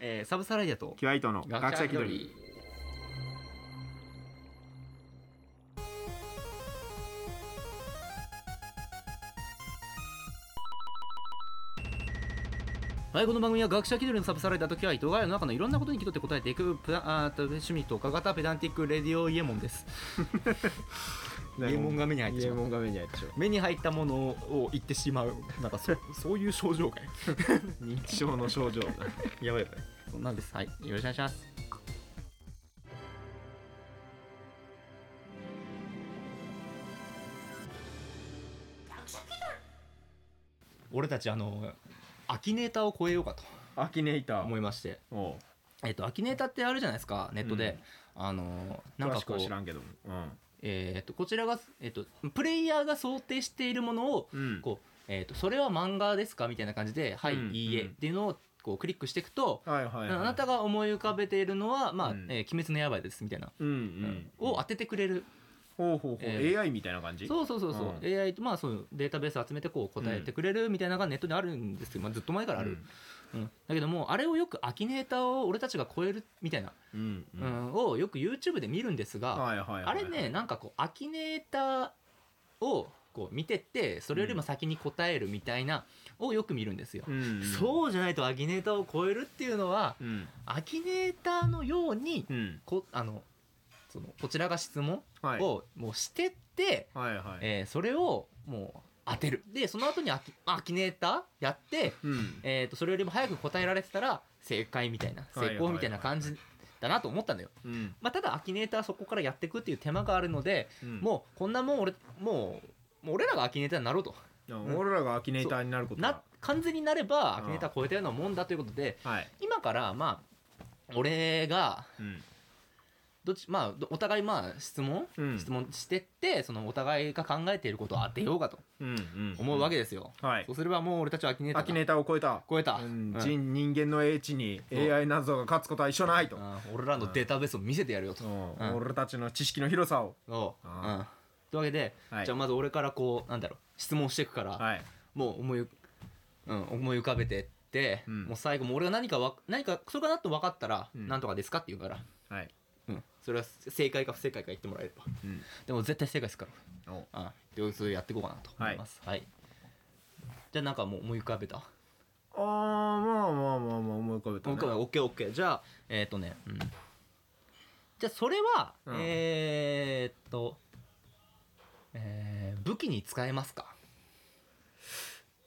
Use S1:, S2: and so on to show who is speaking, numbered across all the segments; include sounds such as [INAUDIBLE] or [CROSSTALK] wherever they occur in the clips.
S1: えーサブサライヤと
S2: キュアイトの
S3: 学
S2: 学
S3: 者
S2: 者
S3: 気
S2: 気
S3: 取
S2: 取
S3: り
S2: り。
S1: はい、この番組は学者気取りのサブサライダーとキュアイトが世の中のいろんなことに気取って答えていくプラあーと趣味とか型ペダンティックレディオイエモンです。イエモンが目に入ってしまう
S2: イエモンが目に入ってしまう
S1: 目に入ったものを言ってしまう、なんかそそういう症状が
S2: 認知症の症状だ
S1: やばいやばい。そんなんです。はい、よろしくお願いします。俺たちあのアキネーターを超えようかと
S2: アキネイター
S1: 思いまして
S2: おう
S1: えっと、アキネーターってあるじゃないですか、ネットで。あの、なん
S2: 詳
S1: か
S2: しく
S1: こ
S2: は
S1: う
S2: 知、らんけどもうん
S1: えーっと、こちらが、えっと、プレイヤーが想定しているものを、
S2: うん
S1: こう、えっと、それは漫画ですかみたいな感じで、はい、
S2: うん
S1: いいえ
S2: うん
S1: っていうのを、こう、クリックしていくと、
S2: はいはいはい
S1: あなたが思い浮かべているのは、まあ、
S2: うん
S1: えー鬼滅の刃です、みたいな。
S2: うんう
S1: うん
S2: ん
S1: を当ててくれる。
S2: ほうほうほう
S1: えー
S2: AI みたいな感じ
S1: そうそうそうそう、
S2: うん
S1: AI と、まあ、そのデータベース集めてこう答えてくれるみたいなのがネットにあるんですけど、まあ、ずっと前からある、うんだけどもあれをよくアキネーターを俺たちが超えるみたいな
S2: うんう
S1: うんん、をよく YouTube で見るんですが、
S2: はいはいはい
S1: あれねなんかこうアキネーターをこう見てってそれよりも先に答えるみたいなをよく見るんですよ、
S2: うん
S1: そうじゃないとアキネーターを超えるっていうのは
S2: うん
S1: アキネーターのように
S2: うん
S1: こあのそのこちらが質問
S2: はい
S1: をもうしてって、
S2: はいはい
S1: えーそれをもう当てるでその後にアキアキネーターやって
S2: うん
S1: えー、とそれよりも早く答えられてたら正解みたいな
S2: はいはい
S1: 成功みたいな感じだなと思ったんだよ、
S2: うん
S1: まあ、ただアキネーターはそこからやっていくっていう手間があるので、
S2: うん
S1: もうこんなもん俺もうもう俺らがアキネーターになろうと
S2: うん俺らがアキネイターになること
S1: な
S2: だ
S1: 完全になればアキネーター超えたようなもんだということで
S2: はい
S1: 今からまあ俺が
S2: うん
S1: どっちまあどお互いまあ質問、
S2: うん
S1: 質問してってそのお互いが考えていることを当てようかと
S2: うんうん
S1: 思うわけですよ、
S2: はい
S1: そうすればもう俺たちはアキネーター
S2: ア
S1: だ
S2: キネイターを超えた
S1: 超えた、
S2: うん
S1: うん
S2: 人人間の英知に
S1: そう
S2: AI 謎が勝つことは一緒ないと
S1: うん俺らのデータベースを見せてやるよと、
S2: うん
S1: うん
S2: 俺たちの知識の広さを
S1: そう。う
S2: あ
S1: ん。というわけで、
S2: はい
S1: じゃあまず俺からこう、なんだろう、質問していくから、
S2: はい
S1: もう思い、うん、思い浮かべてって、
S2: うん
S1: もう最後もう俺が何かわ、何か、それがなと分かったら、
S2: うん
S1: なんとかですかって言うから、
S2: はい
S1: うん。それは正解か不正解か言ってもらえれば。
S2: うん
S1: でも絶対正解ですから。
S2: お
S1: あということでやっていこうかなと思います。はい。じゃあなんかもう思い浮かべた。
S2: あーまあまあまあまあ思い浮かべた
S1: 思い浮かべ
S2: ね
S1: た。オッケーオッケー。じゃあ、えっ、とね、うん。じゃあそれは、
S2: うん
S1: えーっと、えー、武器に使えますか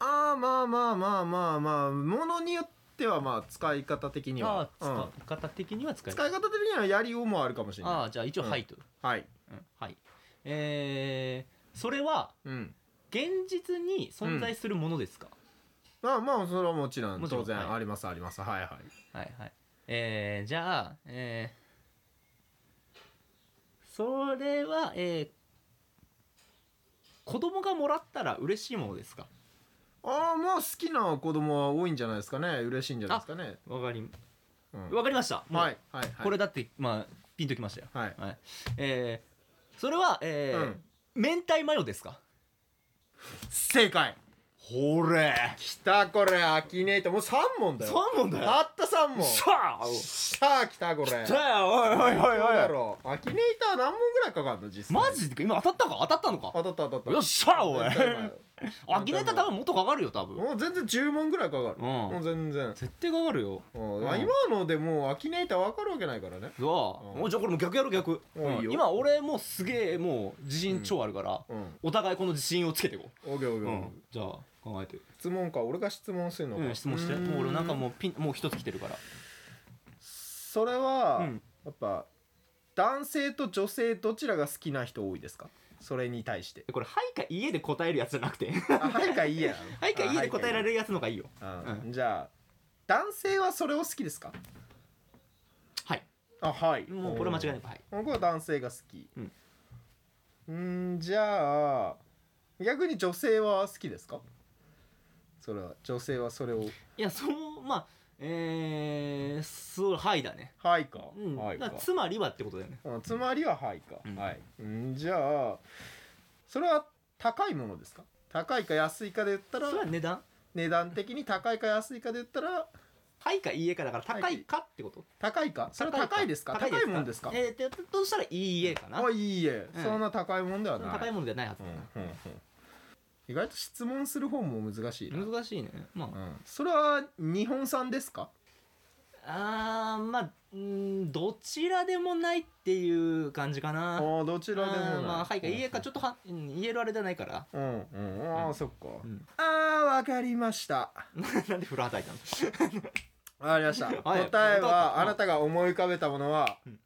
S2: あーまあまあまあまあまあものによってはまあ使い方的には
S1: ああ
S2: うん
S1: 使い方的には使える、
S2: 使い方的にはやりようもあるかもしれ
S1: あ
S2: な
S1: あじゃあ一応
S2: うん
S1: はいと、
S2: いはい
S1: うんはいえー、それは
S2: うん
S1: 現実に存在するものですか、
S2: まあまあそれはもちろん
S1: もちろん
S2: 当然
S1: はい
S2: ありますありますはいはい
S1: はいはいえー、じゃあえー、それはえー、子供がもらったら嬉しいものですか
S2: ああまあ好きな子供は多いんじゃないですかね嬉しいんじゃないですかね
S1: わかり
S2: うん
S1: わかりましたもう
S2: はいはいはい
S1: これだってまあピンときましたよ
S2: はい
S1: はいえー、それはえー明太マヨですか
S2: 正解
S1: ほれ
S2: きたこれアキネイターもう3問だよ
S1: 3問だよ
S2: たった3問
S1: さあ
S2: さあ来たこれ
S1: じゃあおいおい
S2: どうだ
S1: おいおい
S2: ろうアキネイター何問ぐらいかかるの実際
S1: マジで今当たったか当たったのか
S2: 当たった当たった
S1: よっしゃおい
S2: 全然かか
S1: アキネーター多分もっとかかるよ多分
S2: るもう全然10問ぐらいかかる
S1: うん
S2: もう全然
S1: 絶対かかるよ
S2: うん
S1: うん
S2: 今のでもうアキネイター分かるわけないからね
S1: うわ
S2: うん
S1: もうじゃあこれもう逆やろう逆
S2: おいいいよ
S1: 今俺もうすげえもう自信超あるから
S2: うん
S1: お互いこの自信をつけていこ
S2: オーケーオー
S1: う
S2: ケーオーケ
S1: じ
S2: ー
S1: ゃあ考えて
S2: 質問か俺が質問するの
S1: う
S2: か
S1: ん質問して
S2: ーん
S1: もう俺なんかもうピンもう一つ来てるから
S2: それは
S1: うん
S2: やっぱ男性と女性どちらが好きな人多いですかそれに対して
S1: これ「はい」か「家で答えるやつじゃなく [LAUGHS] て
S2: あはいかいいや
S1: 「 [LAUGHS] はい」か「家で答えられるやつの方がいいよ
S2: うんじゃあ男性はそれを好きですか
S1: はい
S2: あはい
S1: もうこれは間違いなく「はい」
S2: 僕は男性が好き
S1: うん
S2: うんんじゃあ逆に女性は好きですかそれは女性はそれを
S1: いやそのまあえー、そうはいだね、
S2: はいか、
S1: うん
S2: はい
S1: だ
S2: か
S1: からつまりはってことだよね
S2: うんつまりははいか、
S1: うん
S2: はいんじゃあそれは高いものですか高いか安いかで言ったら
S1: それは値段
S2: 値段的に高いか安いかで言ったら
S1: はいかいいえかだから高いかってこと
S2: 高いかそれは高いですか高いもんですか
S1: えーでどうしたらいいえかな
S2: あいいえ、
S1: うん
S2: そんな高いもんではない
S1: 高いものではないはず
S2: う
S1: だ
S2: ん
S1: な
S2: うんうん意外と質問する方も難しいな、
S1: 難しいねま
S2: う
S1: あ
S2: ん、それは日本産ですか
S1: あーまあうんどちらでもないっていう感じか
S2: あ
S1: な
S2: ーどちら
S1: あ
S2: でもな
S1: ー
S2: い
S1: まあはいかいいえかちょっとはうん言えるあれじゃないから
S2: うんうんああ、
S1: うん
S2: そっか、
S1: うん
S2: ああわかりました
S1: [LAUGHS] なんで風呂はたいたの
S2: わかり [LAUGHS] ました、
S1: はい
S2: 答え
S1: うん
S2: はあなたが思い浮かべたものは、
S1: うん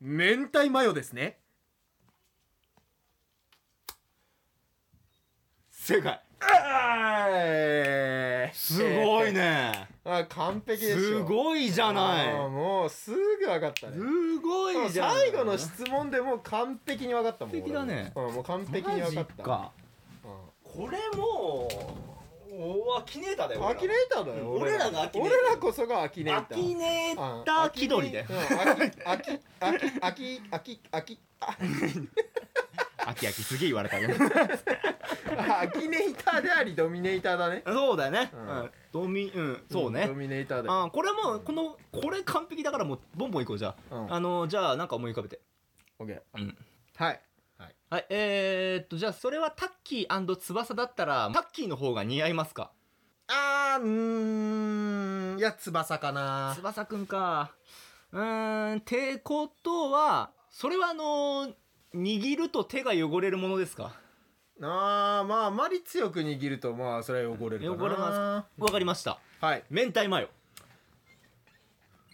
S2: 明太マヨですね
S1: [LAUGHS] 正解
S2: えー
S1: すごいね
S2: あ完璧です
S1: すごいじ
S2: じ
S1: ゃない
S2: もうすぐ分かったね
S1: すごいじゃん
S2: 最後の質問でもう完璧に分かったもん
S1: 完璧だね
S2: 俺もうんもう完璧に分かっ
S1: マジ
S2: た
S1: か
S2: う
S1: これもうアキネーターだ
S2: んアキネーターだよ
S1: 俺らがアキネーター
S2: 俺らこそがアキネー
S1: ア
S2: ター
S1: キネーター気取りだよ
S2: アキアキアキアキアキアキ
S1: アキアキすげえ言われたね
S2: あアキネーターでありドミネーターだね
S1: そうだね
S2: うん
S1: うんドミうんそうね
S2: ドミネーターだよ
S1: あこれもこのこれ完璧だからもうボンボンいこうじゃ
S2: うん
S1: ああのじゃあなんか思い浮かべて
S2: オッケー
S1: うん
S2: はい
S1: はいえー、っとじゃあそれはタッキー翼だったらタッキーの方が似合いますか
S2: あーうーんいや翼かな
S1: 翼くんかうーんってことはそれはあの握ると手が汚れるものですか
S2: あーまああまり強く握るとまあそれは汚れるかな
S1: 汚れまわかりました
S2: はい
S1: 明太マヨ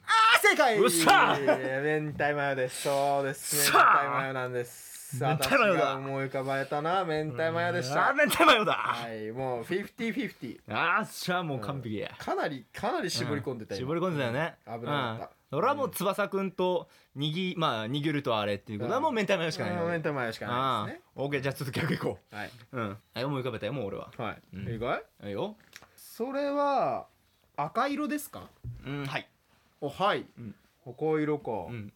S2: あー正解
S1: よっしゃ
S2: 明太マヨですそうです
S1: さ
S2: 明
S1: あ
S2: 太マヨなんです
S1: 明太マヨだ
S2: 私が思い浮かばれたのは明太マヨでし
S1: あ
S2: た
S1: ー明太マヨだ、
S2: はいもう50-50
S1: ああじゃあもう完璧や、
S2: かなりかなり絞り込んでた、
S1: うん
S2: 今
S1: 絞り込んでたよね、
S2: うん危なかった
S1: うん俺はもう翼くんと握,、まあ、握るとあれっていうことはもう明太マヨしかない
S2: うん
S1: よ、
S2: 明太マヨしかないですね
S1: オーケーじゃあちょっと逆行こ
S2: はいう
S1: うんはい思い浮かべたよもう俺は
S2: はい、
S1: うん
S2: 意外
S1: はいよ
S2: それは赤色ですか
S1: うんはい
S2: おはい、
S1: うん
S2: 赤色か、
S1: うん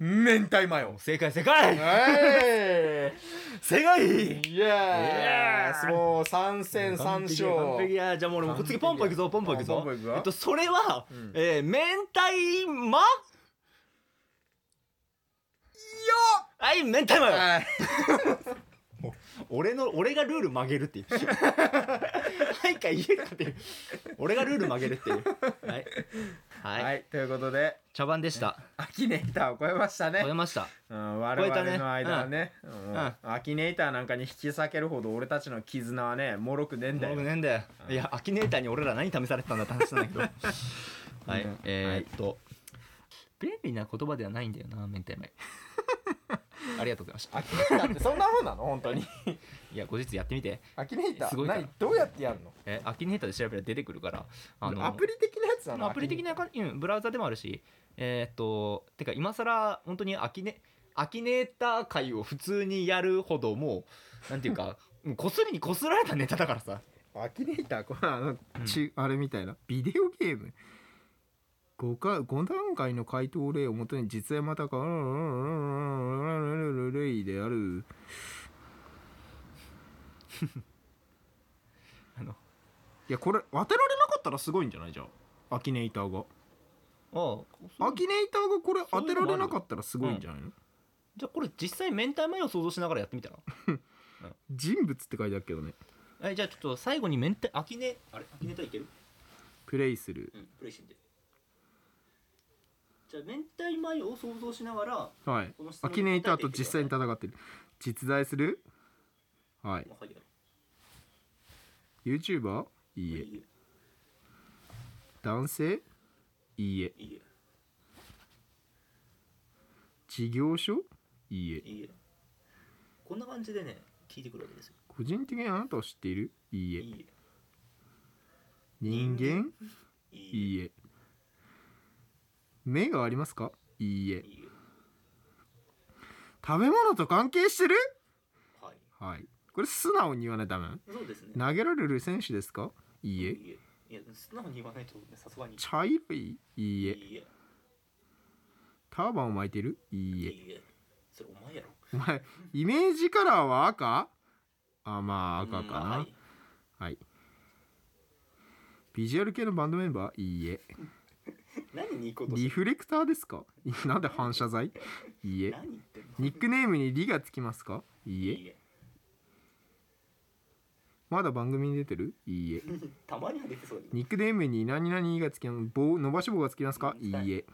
S2: 明太マヨ
S1: 正解正解 [LAUGHS]
S2: え
S1: 正解
S2: いイエーイもう三戦
S1: 完
S2: 三
S1: 璧
S2: 勝
S1: 完璧やじゃあもう俺もう次ポンポンいくぞポンポンいく
S2: あ
S1: ぞ
S2: ポンポンいくぞ
S1: えっとそれは、
S2: ん
S1: えー明太マはい明太マヨ
S2: はい
S1: 俺の俺がルール曲げるっていう [LAUGHS] はいか言えるかっていう俺がルール曲げるっていう
S2: [LAUGHS]
S1: はい、はい
S2: はい、ということで
S1: 茶番でした
S2: アキネーターを超えましたね
S1: 超え、ました
S2: うん、
S1: 超
S2: 我
S1: えたね
S2: 々の間はねうん
S1: うん
S2: アキネーターなんかに引き裂けるほど俺たちの絆はねもろくねえんだよ
S1: 僕ねんだよいやアキネーターに俺ら何試されてたんだって話なんだけど [LAUGHS] はい、
S2: うん
S1: えー、っと、便利な言葉ではないんだよな明太 [LAUGHS] マヨありがとうございました
S2: アキネーターってそんなもんなの本当に
S1: いや後日やってみて
S2: アキネータ
S1: すごい
S2: ー
S1: から
S2: 何どうやってやるの
S1: えアキネーターで調べたら出てくるからあの
S2: アプリ的なやつなの
S1: アプリ的な
S2: アキネー
S1: 感じ、うん、ブラウザでもあるしえーっとてか今更本当にアキネアキネーター界を普通にやるほどもうなんていうか [LAUGHS] もうこすりにこすられたネタだからさ
S2: ターアキネーターこれあの、
S1: うん
S2: ちあれみたいなビデオゲーム 5, か5段階の回答例をもとに実演またかうんうんうんうんうんうんうんうんである
S1: あの
S2: いやこれ当てられなかったらすごいんじゃないじゃあアキネーターが
S1: ああ
S2: アキネーターがこれ
S1: そう
S2: 当
S1: いう
S2: て
S1: の
S2: ら
S1: もあ
S2: れ
S1: る
S2: なかったらすごいんじゃないの
S1: じゃあこれ実際明太マヨを想像しながらやってみたら
S2: 人物って書いてあるけどね
S1: えじゃあちょっと最後に明太アキネあれアキネーターいける
S2: プレイする
S1: うんプレイしてみてじゃあ明太マヨを想像しながら
S2: はい
S1: この質
S2: ア
S1: 問
S2: キネーターと実際に戦ってる実在するはい
S1: まあはいや
S2: YouTuber? いいえ
S1: い
S2: 男性いいえ
S1: えいい
S2: 事業所いいえ
S1: えいいえこんな感じでね聞いてくるわけですよ
S2: 個人的にあなたを知っているいいえ
S1: い
S2: 人間
S1: え
S2: いいえ目がありますかいいえ
S1: いいえ
S2: 食べ物と関係してる
S1: はい
S2: はいこれ素直に言わないとダメ
S1: そうですね
S2: 投げられる選手ですかいいえ
S1: いえいや素直に言わないとねさすがに
S2: 茶色いいい
S1: い
S2: え
S1: いえ
S2: ターバンを巻いてるい
S1: い
S2: いえ
S1: いえそれお前やろ
S2: お前イメージカラーは赤あまあ赤かな、
S1: うんはい
S2: はいビジュアル系のバンドメンバーいいえ
S1: 何に行こうとして
S2: リ
S1: る
S2: フレクターですかなんで反射材いいえ
S1: 何言ってんの
S2: ニックネームに「リ」がつきますかいい
S1: い
S2: え
S1: いえ
S2: まだ番組に出てるいいえ
S1: たまには出てそうだけど
S2: ニックネームに何々がつきます棒伸ばし棒がつきますかいいえ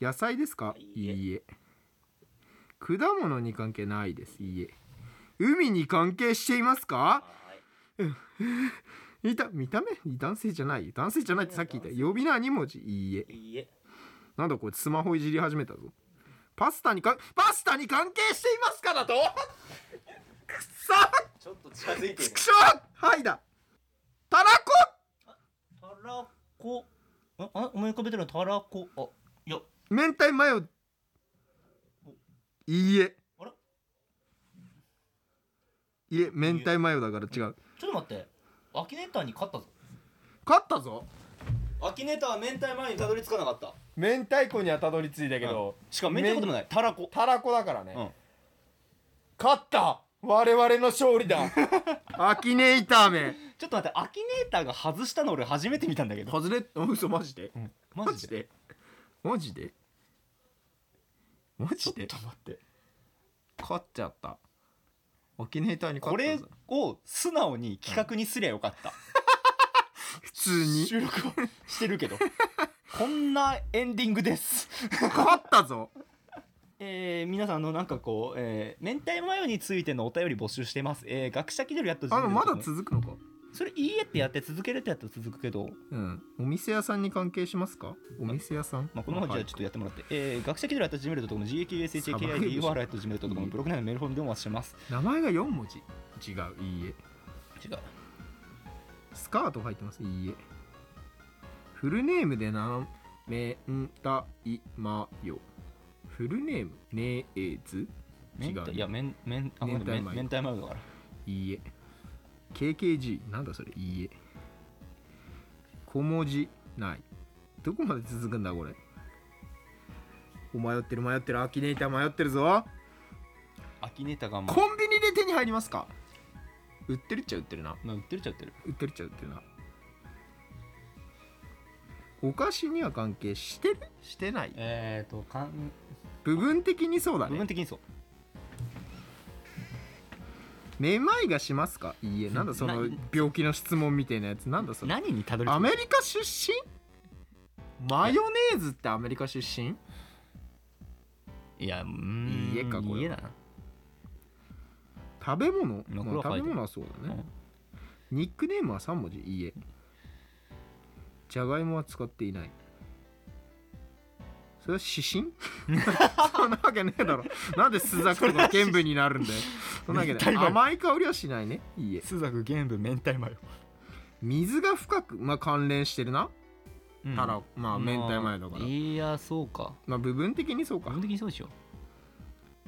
S2: 野菜ですか
S1: いい
S2: い
S1: え
S2: いえ果物に関係ないですいいえ海に関係していますか
S1: はい
S2: 見た見た目男性じゃない男性じゃないってさっき言った呼び名2文字いいえ
S1: いいえ
S2: なんだこれスマホいじり始めたぞパスタにかパスタに関係していますかだとくそ
S1: ちょっと近づいてる
S2: ちくしょうはいだたらこ
S4: たらこああ思い浮かべてるのたらこあいや
S2: 明太マヨいいえ
S4: あれ
S2: いいえ明太マヨだから違う
S4: ちょっと待ってアキネーターに勝ったぞ
S2: 勝ったぞ
S1: アキネーターは明太前にたどり着かなかった
S2: 明太子にはたどり着いたけど、
S1: しかも明太子でもないたらこ
S2: たらこだからね、
S1: うん
S2: 勝った我々の勝利だ [LAUGHS] アキネイターめ
S1: ちょっと待ってアキネーターが外したの俺初めて見たんだけど
S2: 外れあ嘘マジで
S4: マジで
S2: でマジでマジで
S1: ちょっと待って
S2: 勝っちゃったアキネイターに
S1: こ
S2: 勝った
S1: れ
S2: ぞ
S1: を素直に企画にすりゃよかった
S2: 普通に
S1: 収録をして [LAUGHS] るけどこんなエンディングです
S2: 勝った [LAUGHS] ぞ
S1: えー、皆さんあのなんかこう、えー、明太マヨについてのお便り募集してますえー、学者気取りやっと
S2: あの [LAUGHS] まだ
S1: 続
S2: 続くのか
S1: それいいえってやって続けるってやったら続くけど
S2: うんお店屋さんに関係しますかお店屋さん
S1: まあ、このままじゃあちょっとやってもらって、えー、学者気取りやった gmail.com gakushakidor.gmail.com ブログ内のメールフォームでもお待ちしてます
S2: 名前が4文字違ういいえ
S1: 違う
S2: スカート入ってますいいえフルネームでなめんたいまよフルネームねえず
S1: 明
S2: 違
S1: 太
S2: う
S1: いやめんめんあ
S2: 明
S1: 明
S2: 太
S1: 太
S2: マヨ
S1: 明太マヨだから
S2: いいえ KKG なんだそれいいえ小文字ないどこまで続くんだこれお迷ってる迷ってるアキネイター迷ってるぞ
S1: アキネーターがも
S2: コンビニで手に入りますか売ってるっちゃ売ってるな
S1: う、まあ、売ってるっちゃ売ってる
S2: 売ってるっちゃ売ってるなお菓子には関係してるしてない
S1: えーとかん
S2: 部分的にそうだ
S1: 部
S2: ね
S1: 分的にそう
S2: めまいがしますかいいえなんだその
S1: な
S2: 病気の質問みたいなやつなんだそれ
S1: 何にたどり着
S2: ア
S1: く
S2: メリカ出身マヨネーズってアメリカ出身
S1: いやうーん
S2: いいえかこれ
S1: いい
S2: は
S1: だな
S2: 食べ物、
S1: まあ
S2: まあ
S1: これは書いて
S2: 食べ物はそうだね、ニックネームは3文字いいえじゃがいもは使っていないそれは指
S1: [LAUGHS]
S2: 針そんなわけねえだろなんでスザクとか剣舞になるんだよそんなわけ
S1: 絶対
S2: な
S1: ないい
S2: 甘い香りはしないねいいえ
S1: 須作玄武明太マヨ
S2: 水が深く、まあ、関連してるな、たらまあ明太マヨだから、
S4: いやそうか
S2: まあ、部分的にそうか
S4: 基本的にそうでしょ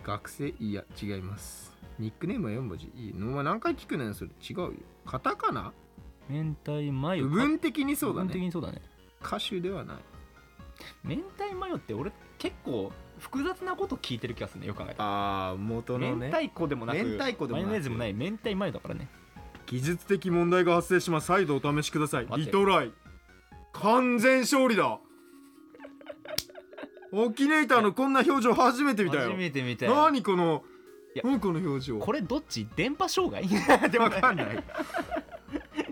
S2: 学生いや違いますニックネームは4文字いいのお前何回聞くねんそれ違うよカタカナ
S4: 明太マヨ
S2: 部分的にそうだ
S4: 部分的
S2: ね
S4: にそうだね
S2: 歌手ではない
S1: 明太マヨって俺結構複雑なこと聞いてる気がするねよく考えたら
S2: ああ元の
S1: 明
S2: ね
S1: 太子でもなく
S2: 明太子でもな
S1: マヨ
S2: く
S1: ネーズもない明太マヨだからね
S2: 技術的問題が発生します再度お試しください
S1: 待って
S2: ライ完全勝利だオキネイターのこんな表情初めて
S4: 初めて見たよ
S2: 何この
S1: いや
S2: 何この表情
S1: これどっち電波障害でも
S2: わ
S1: ね
S2: かんない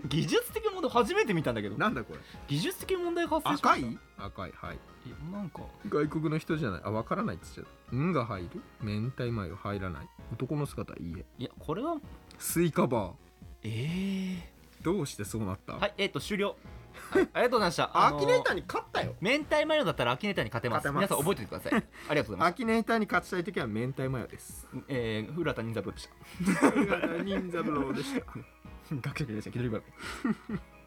S1: 技術的問題初めて見たんだけど
S2: なんだこれ
S1: 技術的問題発生しま
S2: 赤
S1: した
S2: い赤いはい
S1: いやなんか
S2: 外国の人じゃないあわからないって言っちゃった「ん」が入る明太マヨ入らない男の姿いいえ
S4: いやこれは
S2: スイカバー
S1: ええ
S2: どうしてそうなった、
S4: はいえっと終了、 [LAUGHS] はい、ありがとうございました
S2: アキネーター
S4: ー
S2: に勝ったよ
S4: 明太マヨだったらアキネーターに勝てます
S2: 勝てます
S4: 皆さん覚えておいてください
S1: [LAUGHS]
S4: ありがとうございます
S2: アキネーターに勝ちたい時は明太マヨ [LAUGHS] です
S4: えー、古田任三郎でした
S2: [LAUGHS] 忍三郎でした
S1: 学者気取りバイバイ